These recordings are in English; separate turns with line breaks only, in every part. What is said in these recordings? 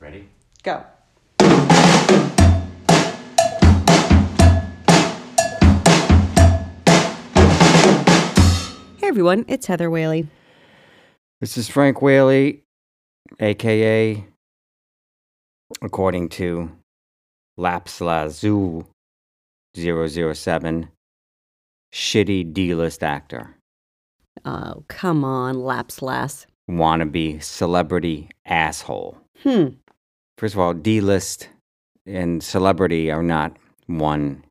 Ready?
Go. Hey everyone, it's Heather Whaley.
This is Frank Whaley, aka, according to Lapslazoo 007, shitty D list actor,
Oh, come on, laps lass.
wannabe celebrity asshole.
Hmm.
First of all, D list and celebrity are not one.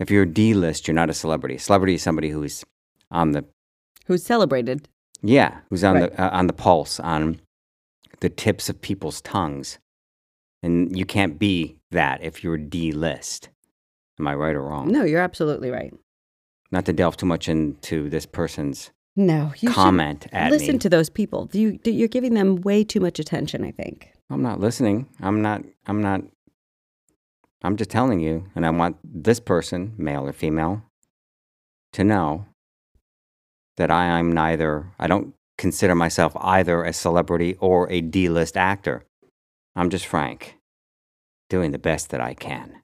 If you're D list, you're not a celebrity. Celebrity is somebody who's on the
Who's celebrated?
Yeah, who's on
Right.
the uh, on the pulse, on the tips of people's tongues, and you can't be that if you're D list. Am I right or wrong?
No, you're absolutely right.
Not to delve too much into this person's
No, you should
comment at
listen
me.
to those people. You you're giving them way too much attention, I think.
I'm not listening. I'm not. I'm not. I'm just telling you, and I want this person, male or female, to know that I am neither. I don't consider myself either a celebrity or a D-list actor. I'm just Frank, doing the best that I can.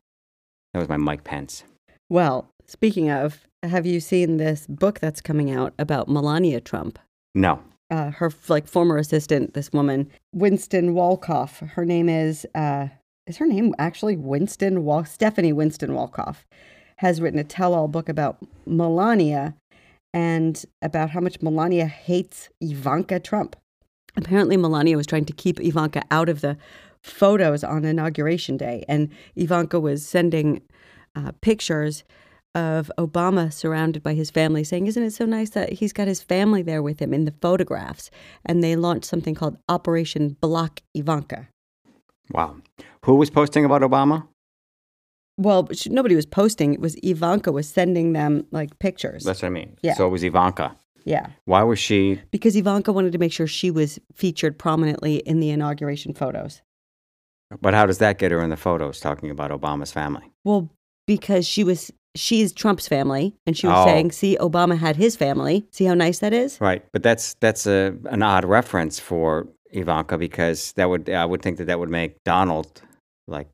That was my Mike Pence.
Well, speaking of, have you seen this book that's coming out about Melania Trump?
No,
uh, her like former assistant, this woman, Winston Walkoff. Her name is uh, is her name actually Winston Wal Stephanie Winston Walkoff has written a tell-all book about Melania and about how much Melania hates Ivanka Trump. Apparently, Melania was trying to keep Ivanka out of the photos on inauguration day, and Ivanka was sending uh, pictures of Obama surrounded by his family, saying, Isn't it so nice that he's got his family there with him in the photographs? And they launched something called Operation Block Ivanka.
wow. Who was posting about Obama?
Well, sh- nobody was posting. It was Ivanka was sending them like pictures.
That's what I mean.
Yeah.
So it was Ivanka.
yeah.
Why was she?
Because Ivanka wanted to make sure she was featured prominently in the inauguration photos.
But how does that get her in the photos talking about Obama's family?
Well, because she was, she's Trump's family. And she was
Oh.
saying, See, Obama had his family. See how nice that is?
Right, but that's that's a an odd reference for Ivanka because that would I would think that that would make Donald like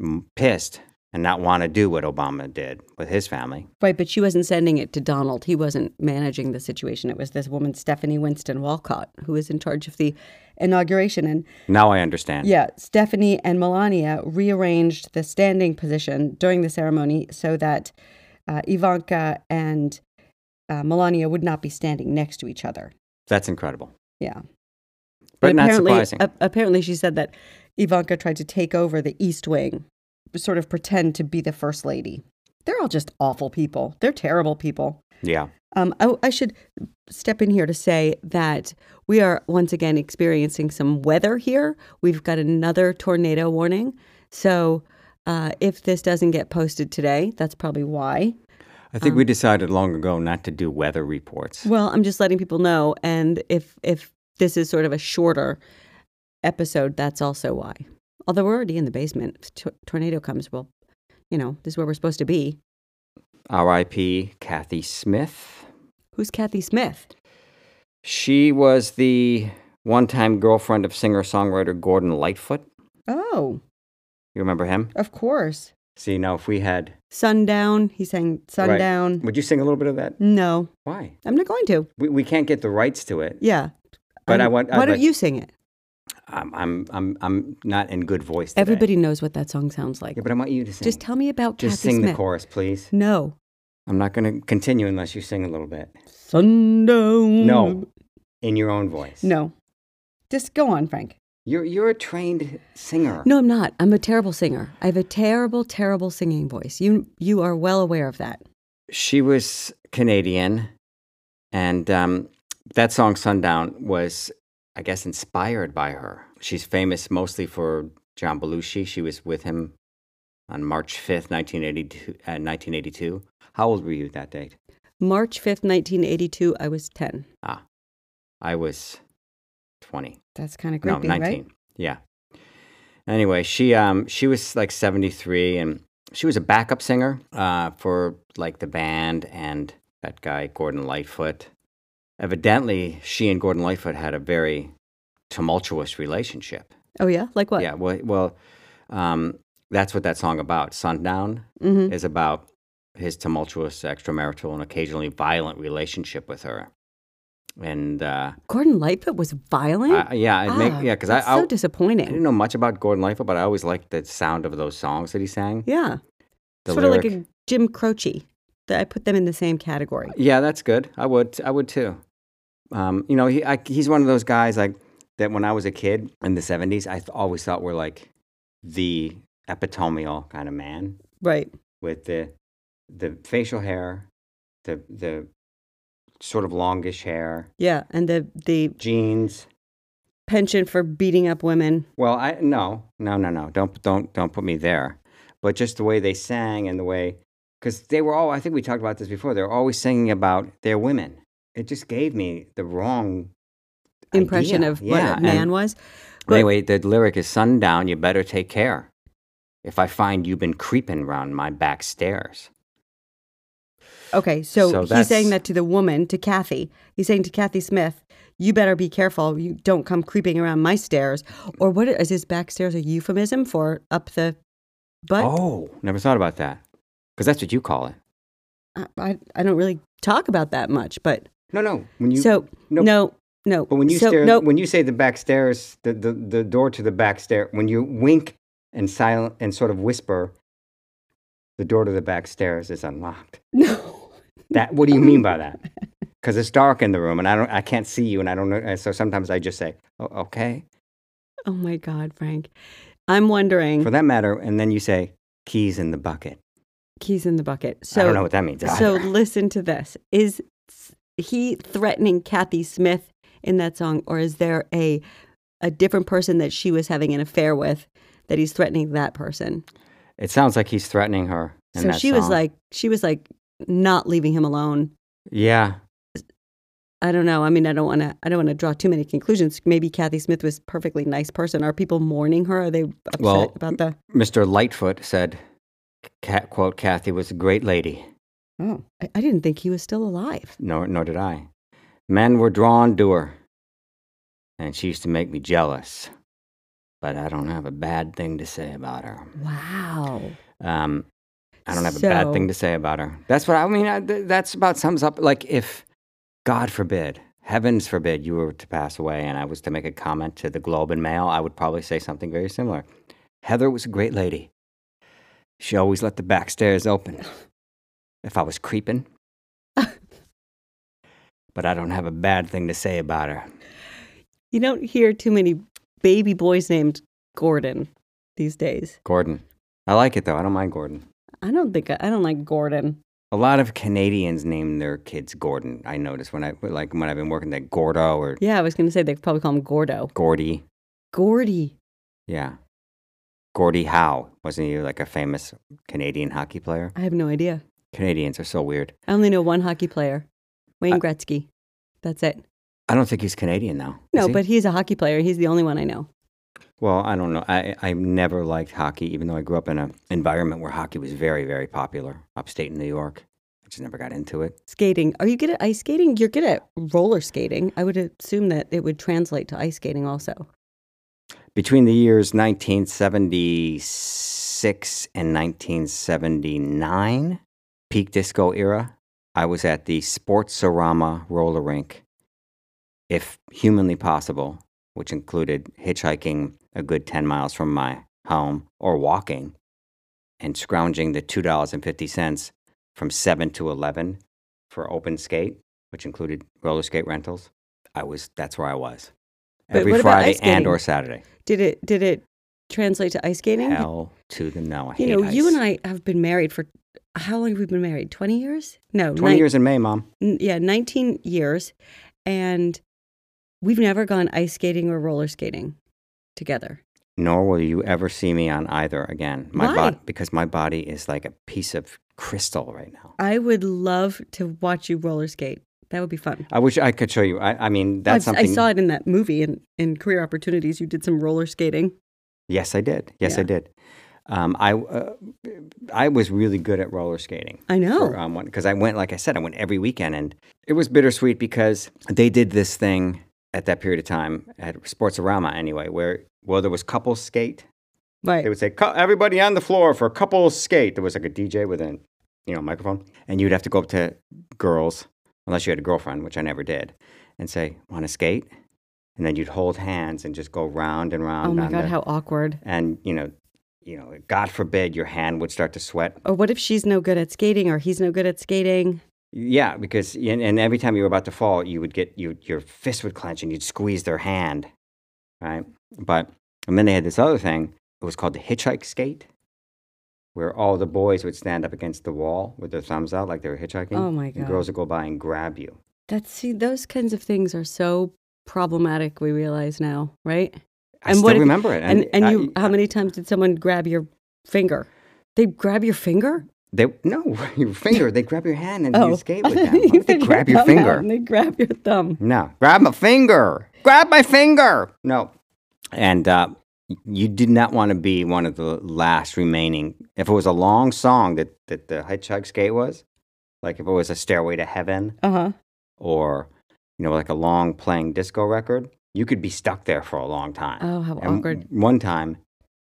m- pissed and not want to do what Obama did with his family.
Right, but she wasn't sending it to Donald. He wasn't managing the situation. It was this woman, Stephanie Winston Walcott, who was in charge of the inauguration. And
Now I understand.
yeah, Stephanie and Melania rearranged the standing position during the ceremony so that uh, Ivanka and uh, Melania would not be standing next to each other.
that's incredible,
Yeah.
but
And
not
apparently,
surprising.
ap- apparently, she said that Ivanka tried to take over the East Wing, sort of pretend to be the first lady. They're all just awful people. They're terrible people.
yeah,
Um, I, I should step in here to say that we are once again experiencing some weather here. We've got another tornado warning. So uh, if this doesn't get posted today, that's probably why.
I think we decided long ago not to do weather reports.
Well, I'm just letting people know. And if if this is sort of a shorter episode, that's also why. Although we're already in the basement. If t- tornado comes, well, you know, this is where we're supposed to be.
R.I.P. Kathy Smith.
Who's Kathy Smith?
She was the one-time girlfriend of singer-songwriter Gordon Lightfoot.
Oh,
You remember him?
of course.
See, now if we had,
Sundown. He sang Sundown.
would you sing a little bit of that?
No,
Why?
I'm not going to.
We, we can't get the rights to it.
Yeah. I'm-
But I want- I'd
Why don't
like-
you sing it?
I'm I'm I'm, I'm not in good voice. Today.
Everybody knows what that song sounds like.
Yeah, but I want you to sing.
Just tell me about
Just
Kathy
sing
Smith.
the chorus, please.
No.
I'm not going to continue unless you sing a little bit.
Sundown.
No, in your own voice.
Mm. No. Just go on, Frank.
You're you're a trained singer.
No, I'm not. I'm a terrible singer. I have a terrible, terrible singing voice. You you are well aware of that.
She was Canadian, and um, that song "Sundown" was, I guess, inspired by her. She's famous mostly for John Belushi. She was with him on March 5th, 1982. Uh, 1982. How old were you that date?
March 5th, 1982, I was 10.
Ah, I was 20.
That's kind of
No,
creepy,
19.
right?
Yeah. Anyway, she um she was like 73 and she was a backup singer uh for like the band and that guy Gordon Lightfoot. Evidently, she and Gordon Lightfoot had a very tumultuous relationship.
Oh yeah, like what?
Yeah. Well, well, um, that's what that song about. Sundown
hmm
is about his tumultuous extramarital and occasionally violent relationship with her. And uh,
Gordon Lightfoot was violent.
I, yeah, I make,
Ah,
yeah, because I,
that's so
I, I
disappointing.
didn't know much about Gordon Lightfoot, but I always liked the sound of those songs that he sang.
Yeah,
The
sort of like
lyric.
a Jim Croce. That I put them in the same category.
Yeah, that's good. I would. I would too. Um, you know, he I, he's one of those guys like that. When I was a kid in the '70s, I th- always thought were like the epitomial kind of man
Right.
with the the facial hair, the the sort of longish hair,
Yeah, and the the
jeans.
penchant for beating up women.
Well, I no, no, no, no. Don't don't don't put me there. But just the way they sang and the way because they were all. I think we talked about this before. They're always singing about their women. It just gave me the wrong
Impression
idea.
of what
Yeah,
a
and-
man was. But-
anyway, the lyric is sundown. You better take care. If I find you've been creeping round my back stairs,
Okay, so,
So
he's saying
that's-
that to the woman, to Kathy. He's saying to Kathy Smith, "You better be careful. You don't come creeping around my stairs." Or what is his back stairs a euphemism for up the butt?
oh, never thought about that because that's what you call it.
I, I, I don't really talk about that much, but
No, no. When you
so
no,
no, no.
But when you
so,
stare,
no,
when you say the back stairs, the, the, the door to the back stair, when you wink and silent and sort of whisper, the door to the back stairs is unlocked.
no,
That what do you mean by that? Because it's dark in the room and I don't, I can't see you, and I don't know. and So sometimes I just say, oh, okay,
oh my God, Frank, I'm wondering.
for that matter, and then you say, keys in the bucket.
keys in the bucket. So
I don't know what that means.
So
either.
listen to this. Is he threatening Kathy Smith in that song, or is there a a different person that she was having an affair with that he's threatening that person?
it sounds like he's threatening her. In
so
that
she was
song.
like, she was like not leaving him alone.
yeah,
I don't know. I mean, I don't want to. I don't want to draw too many conclusions. Maybe Kathy Smith was a perfectly nice person. Are people mourning her? Are they upset
Well,
about the?
Mr. Lightfoot said, Cat, quote, Kathy was a great lady.
Oh, I, I didn't think he was still alive.
nor nor did I. Men were drawn to her, and she used to make me jealous. But I don't have a bad thing to say about her.
Wow.
Um, I don't have a bad
So-
thing to say about her. That's what I mean. I, th- that's about sums up. Like if, God forbid, heavens forbid, you were to pass away, and I was to make a comment to the Globe and Mail, I would probably say something very similar. Heather was a great lady. She always let the back stairs open. If I was creeping. but I don't have a bad thing to say about her.
You don't hear too many baby boys named Gordon these days.
Gordon. I like it though. I don't mind Gordon.
I don't think I, I don't like Gordon.
A lot of Canadians name their kids Gordon. I notice when I like when I've been working that Gordo or
Yeah, I was going to say they probably call him Gordo.
Gordy.
Gordy.
Yeah. Gordie Howe. Wasn't he like a famous Canadian hockey player?
I have no idea.
Canadians are so weird.
I only know one hockey player, Wayne
I-
Gretzky. That's it.
I don't think he's Canadian though. is
No,
he?
but he's a hockey player. He's the only one I know.
well, I don't know. I I never liked hockey, even though I grew up in an environment where hockey was very, very popular upstate in New York. I just never got into it.
Skating. Are you good at ice skating? You're good at roller skating. I would assume that it would translate to ice skating also.
Between the years 1976 and 1979, peak disco era, I was at the Sportsorama roller rink, if humanly possible, which included hitchhiking a good 10 miles from my home or walking and scrounging the $2.50 from 7 to 11 for open skate, which included roller skate rentals. I was that's where I was.
But
Every
what about
Friday
ice
and
skating?
or Saturday.
Did it did it translate to ice skating?
Hell to the no. I
you
hate
know, you
ice.
and I have been married for how long have we been married? 20 years? No,
20
nine-
years in May, Mom.
n- yeah, 19 years. And we've never gone ice skating or roller skating together.
Nor will you ever see me on either again. My
Why?
bod- because my body is like a piece of crystal right now.
I would love to watch you roller skate. That would be fun.
I wish I could show you. I, I mean, that's
I've-
something.
I saw it in that movie in, in Career Opportunities. You did some roller skating.
Yes, I did. Yes, I
Yeah.
did. Um, I uh, I was really good at roller skating.
I know.
for, um, because I went, like I said, I went every weekend, and it was bittersweet because they did this thing at that period of time at Sportsorama anyway, where well, there was couples skate.
Right.
They would say, "Cou- everybody on the floor for couples skate. There was like a DJ with a, you know, microphone. And you'd have to go up to girls, unless you had a girlfriend, which I never did, and say, want to skate? And then you'd hold hands and just go round and round.
oh my
on
god,
the-
how awkward.
and, you know, you know, God forbid your hand would start to sweat.
Or what if she's no good at skating or he's no good at skating?
Yeah, because and, and every time you were about to fall, you would get you your fist would clench and you'd squeeze their hand, right? But and then they had this other thing. It was called the hitchhike skate, where all the boys would stand up against the wall with their thumbs out like they were hitchhiking.
Oh my
And
God.
girls would go by and grab you.
That's see, those kinds of things are so problematic we realize now, right?
I
And
still
what if-
remember it.
And and
I-
you how many times did someone grab your finger? They grab your finger?
They no your finger. They grab your hand and you skate with
I
them.
thought
Why
Oh. you
would they
said
grab your
thumb out
finger.
and they grab your thumb.
No. Grab my finger. Grab my finger. No. And uh, y- you did not want to be one of the last remaining. If it was a long song that, that the Hitchhike Skate was, like if it was a Stairway to Heaven
Uh-huh.
or, you know, like a long playing disco record, you could be stuck there for a long time.
Oh, how
And
awkward.
One time,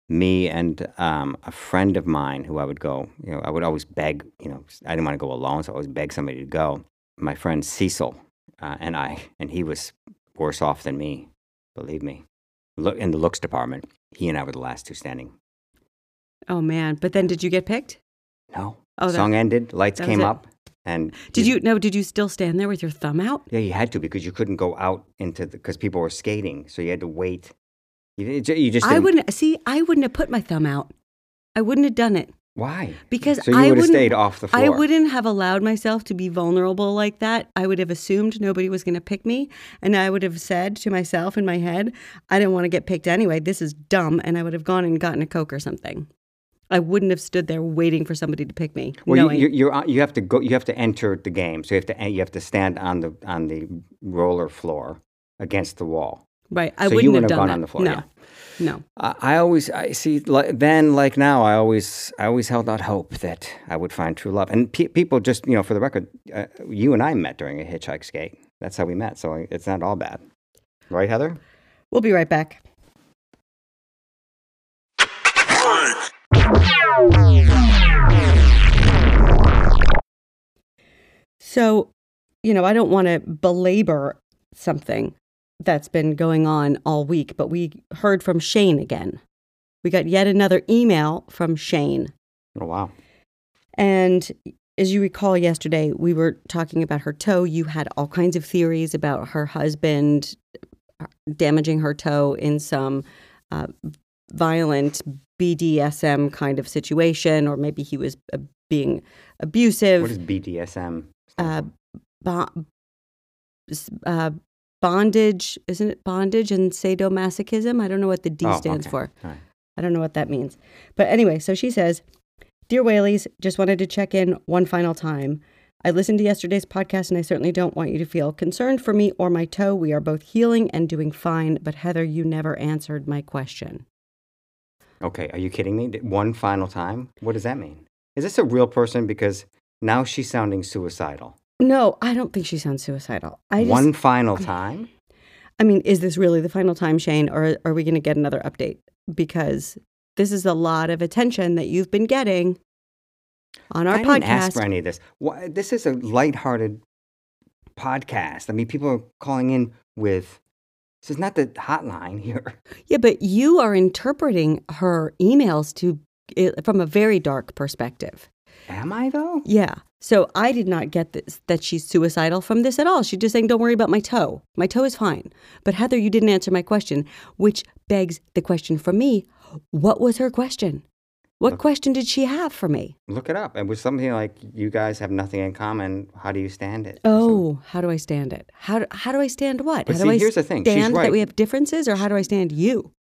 me and um, a friend of mine who I would go, you know, I would always beg, you know, I didn't want to go alone, so I always begged somebody to go. My friend Cecil uh, and I, and he was worse off than me, believe me. Look in the looks department, he and I were the last two standing.
Oh man. But then did you get picked?
No,
Oh, that-
song ended, lights
that was
came
it.
up, and
Did you no, did you still stand there with your thumb out?
Yeah, you had to because you couldn't go out into the because people were skating, so you had to wait. You, you just didn't,
I wouldn't see, I wouldn't have put my thumb out. I wouldn't have done it.
why
Because
so you
I
would have
wouldn't-
stayed off the floor.
I wouldn't have allowed myself to be vulnerable like that. I would have assumed nobody was going to pick me. And I would have said to myself in my head, I didn't want to get picked anyway. This is dumb. And I would have gone and gotten a Coke or something. I wouldn't have stood there waiting for somebody to pick me.
Well,
knowing-
you, you're, you're, you have to go. You have to enter the game, so you have to you have to stand on the on the roller floor against the wall.
right. I
so you
wouldn't
wouldn't
have
have
done
gone
that.
on the floor,
No.
yeah.
No.
I, I always I see like, then like now I always I always held out hope that I would find true love. And pe- people just you know for the record, uh, you and I met during a hitchhike skate. That's how we met. So it's not all bad, right, Heather?
We'll be right back. So, you know, I don't want to belabor something that's been going on all week, but we heard from Shane again. We got yet another email from Shane.
Oh wow.
And as you recall, yesterday we were talking about her toe. You had all kinds of theories about her husband uh, damaging her toe in some uh, violent BDSM kind of situation, or maybe he was uh, being
What
abusive,
is BDSM?
uh, bo- s- uh, bondage, isn't it bondage and sadomasochism? I don't know what the D
Oh,
stands
okay.
for.
All right.
I don't know what that means. But anyway, so she says, Dear Whaleys, just wanted to check in one final time. I listened to yesterday's podcast and I certainly don't want you to feel concerned for me or my toe. We are both healing and doing fine, but Heather, you never answered my question.
Okay, are you kidding me? Th- One final time? What does that mean? Is this a real person? Because now she's sounding suicidal.
No, I don't think she sounds suicidal. I just,
One final time?
I mean, is this really the final time, Shane, or are we going to get another update? Because this is a lot of attention that you've been getting on our
I
podcast.
didn't ask for any of this. Why, this is a lighthearted podcast. I mean, people are calling in with. This is not the hotline here.
Yeah, but you are interpreting her emails to it, from a very dark perspective.
Am I though?
Yeah. So I did not get this that she's suicidal from this at all. She's just saying, "Don't worry about my toe. My toe is fine." But Heather, you didn't answer my question, which begs the question from me: What was her question? What question did she have for me?
Look it up. It was something like, "You guys have nothing in common. How do you stand it?" or something.
Oh, how do I stand it? How do, how do I stand what?
But
how do
see,
I
here's the thing. She's
stand that
right.
we have differences, or how do I stand you?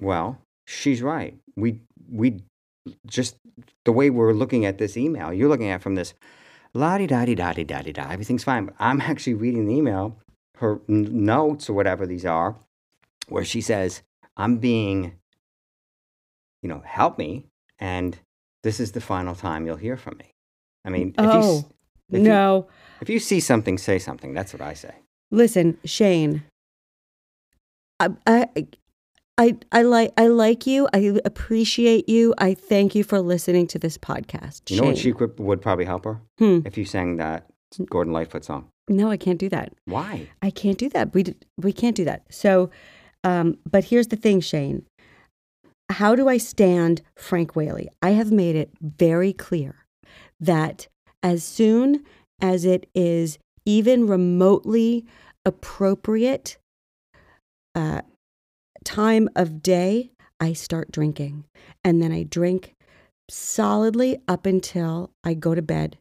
Well, she's right. We we just the way we're looking at this email, you're looking at it from this la di da di da di da di da. Everything's fine. But I'm actually reading the email, her n- notes or whatever these are, where she says, "I'm being, you know, help me," and this is the final time you'll hear from me. I mean, if you s-
Oh
if you-
no.
if you see something, say something. That's what I say.
Listen, Shane. I, I, I, I like I like you. I appreciate you. I thank you for listening to this podcast.
You know what she
Shane.
could, would probably help her?
Hmm.
If you sang that Gordon Lightfoot song.
No, I can't do that.
Why?
I can't do that. We did, we can't do that. So, um, but here's the thing, Shane. How do I stand Frank Whaley? I have made it very clear that as soon as it is even remotely appropriate uh, time of day, I start drinking, and then I drink solidly up until I go to bed,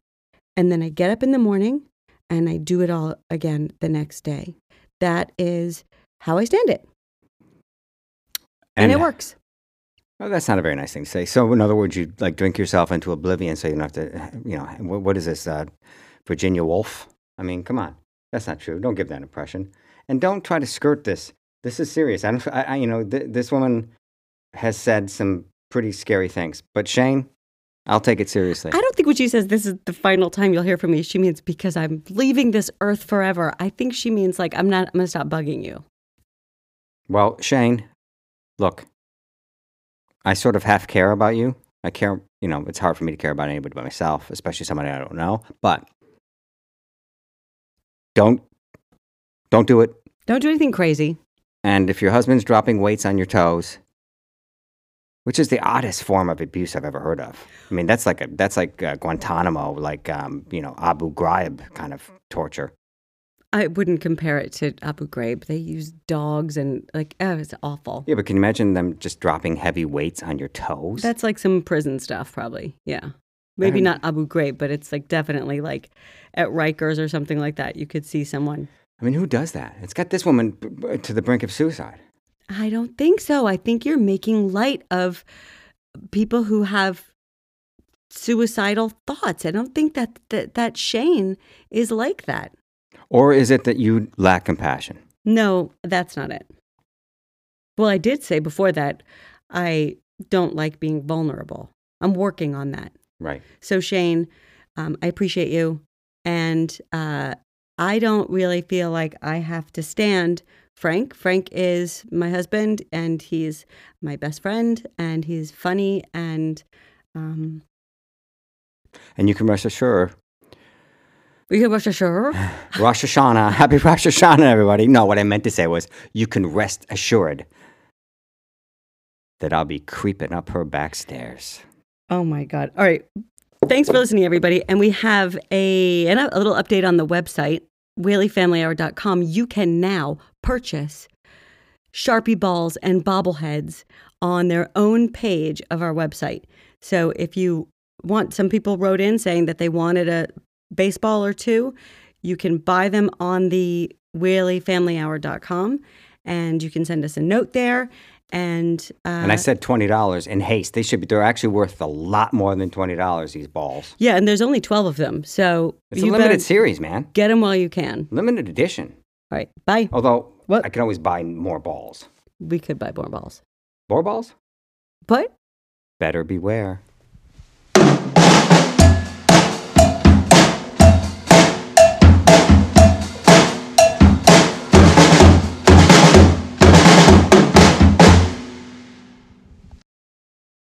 and then I get up in the morning and I do it all again the next day. That is how I stand it. And, it works.
Oh, that's not a very nice thing to say. So, in other words, you like drink yourself into oblivion so you don't have to, you know, what, what is this, uh, Virginia Woolf? I mean, come on. That's not true. Don't give that impression. And don't try to skirt this. This is serious. I don't, I, I, you know, th- this woman has said some pretty scary things. But, Shane, I'll take it seriously.
I don't think when she says this is the final time you'll hear from me, she means because I'm leaving this earth forever. I think she means like I'm not I'm gonna stop bugging you.
Well, Shane, look, I sort of half care about you. I care, you know, it's hard for me to care about anybody but myself, especially somebody I don't know. But don't don't do it.
Don't do anything crazy.
And if your husband's dropping weights on your toes, which is the oddest form of abuse I've ever heard of. I mean, that's like a that's like uh Guantanamo, like um, you know, Abu Ghraib kind of torture.
I wouldn't compare it to Abu Ghraib. They use dogs and like oh, it's awful.
Yeah, but can you imagine them just dropping heavy weights on your toes?
That's like some prison stuff, probably. Yeah. Maybe
don't-
not Abu Ghraib, but it's like definitely like at Rikers or something like that. You could see someone
I mean, who does that? It's got this woman b- b- to the brink of suicide.
I don't think so. I think you're making light of people who have suicidal thoughts. I don't think that that, that Shane is like that.
Or is it that you lack compassion?
No, that's not it. Well, I did say before that I don't like being vulnerable. I'm working on that.
Right.
So, Shane, um, I appreciate you. And uh, I don't really feel like I have to stand Frank. Frank is my husband, and he's my best friend, and he's funny. And um,
And you can rest assured,
we can rush sure.
Rosh Hashanah, happy Rosh Hashanah, everybody. No, what I meant to say was, you can rest assured that I'll be creeping up her back stairs.
Oh my God. All right. Thanks for listening, everybody. And we have a, and a little update on the website, whaleyfamilyhour.com. You can now purchase Sharpie balls and bobbleheads on their own page of our website. So if you want, some people wrote in saying that they wanted a baseball or two. You can buy them on the whaleyfamilyhour.com and you can send us a note there. And, uh,
and I said $20 in haste. They should be, they're actually worth a lot more than $20, these balls.
Yeah, and there's only 12 of them. So
It's
you
a limited
better
series, man.
get them while you can.
Limited edition.
All right. Bye.
Although,
What?
I can always buy more balls.
We could buy more balls.
More balls?
But
Better beware.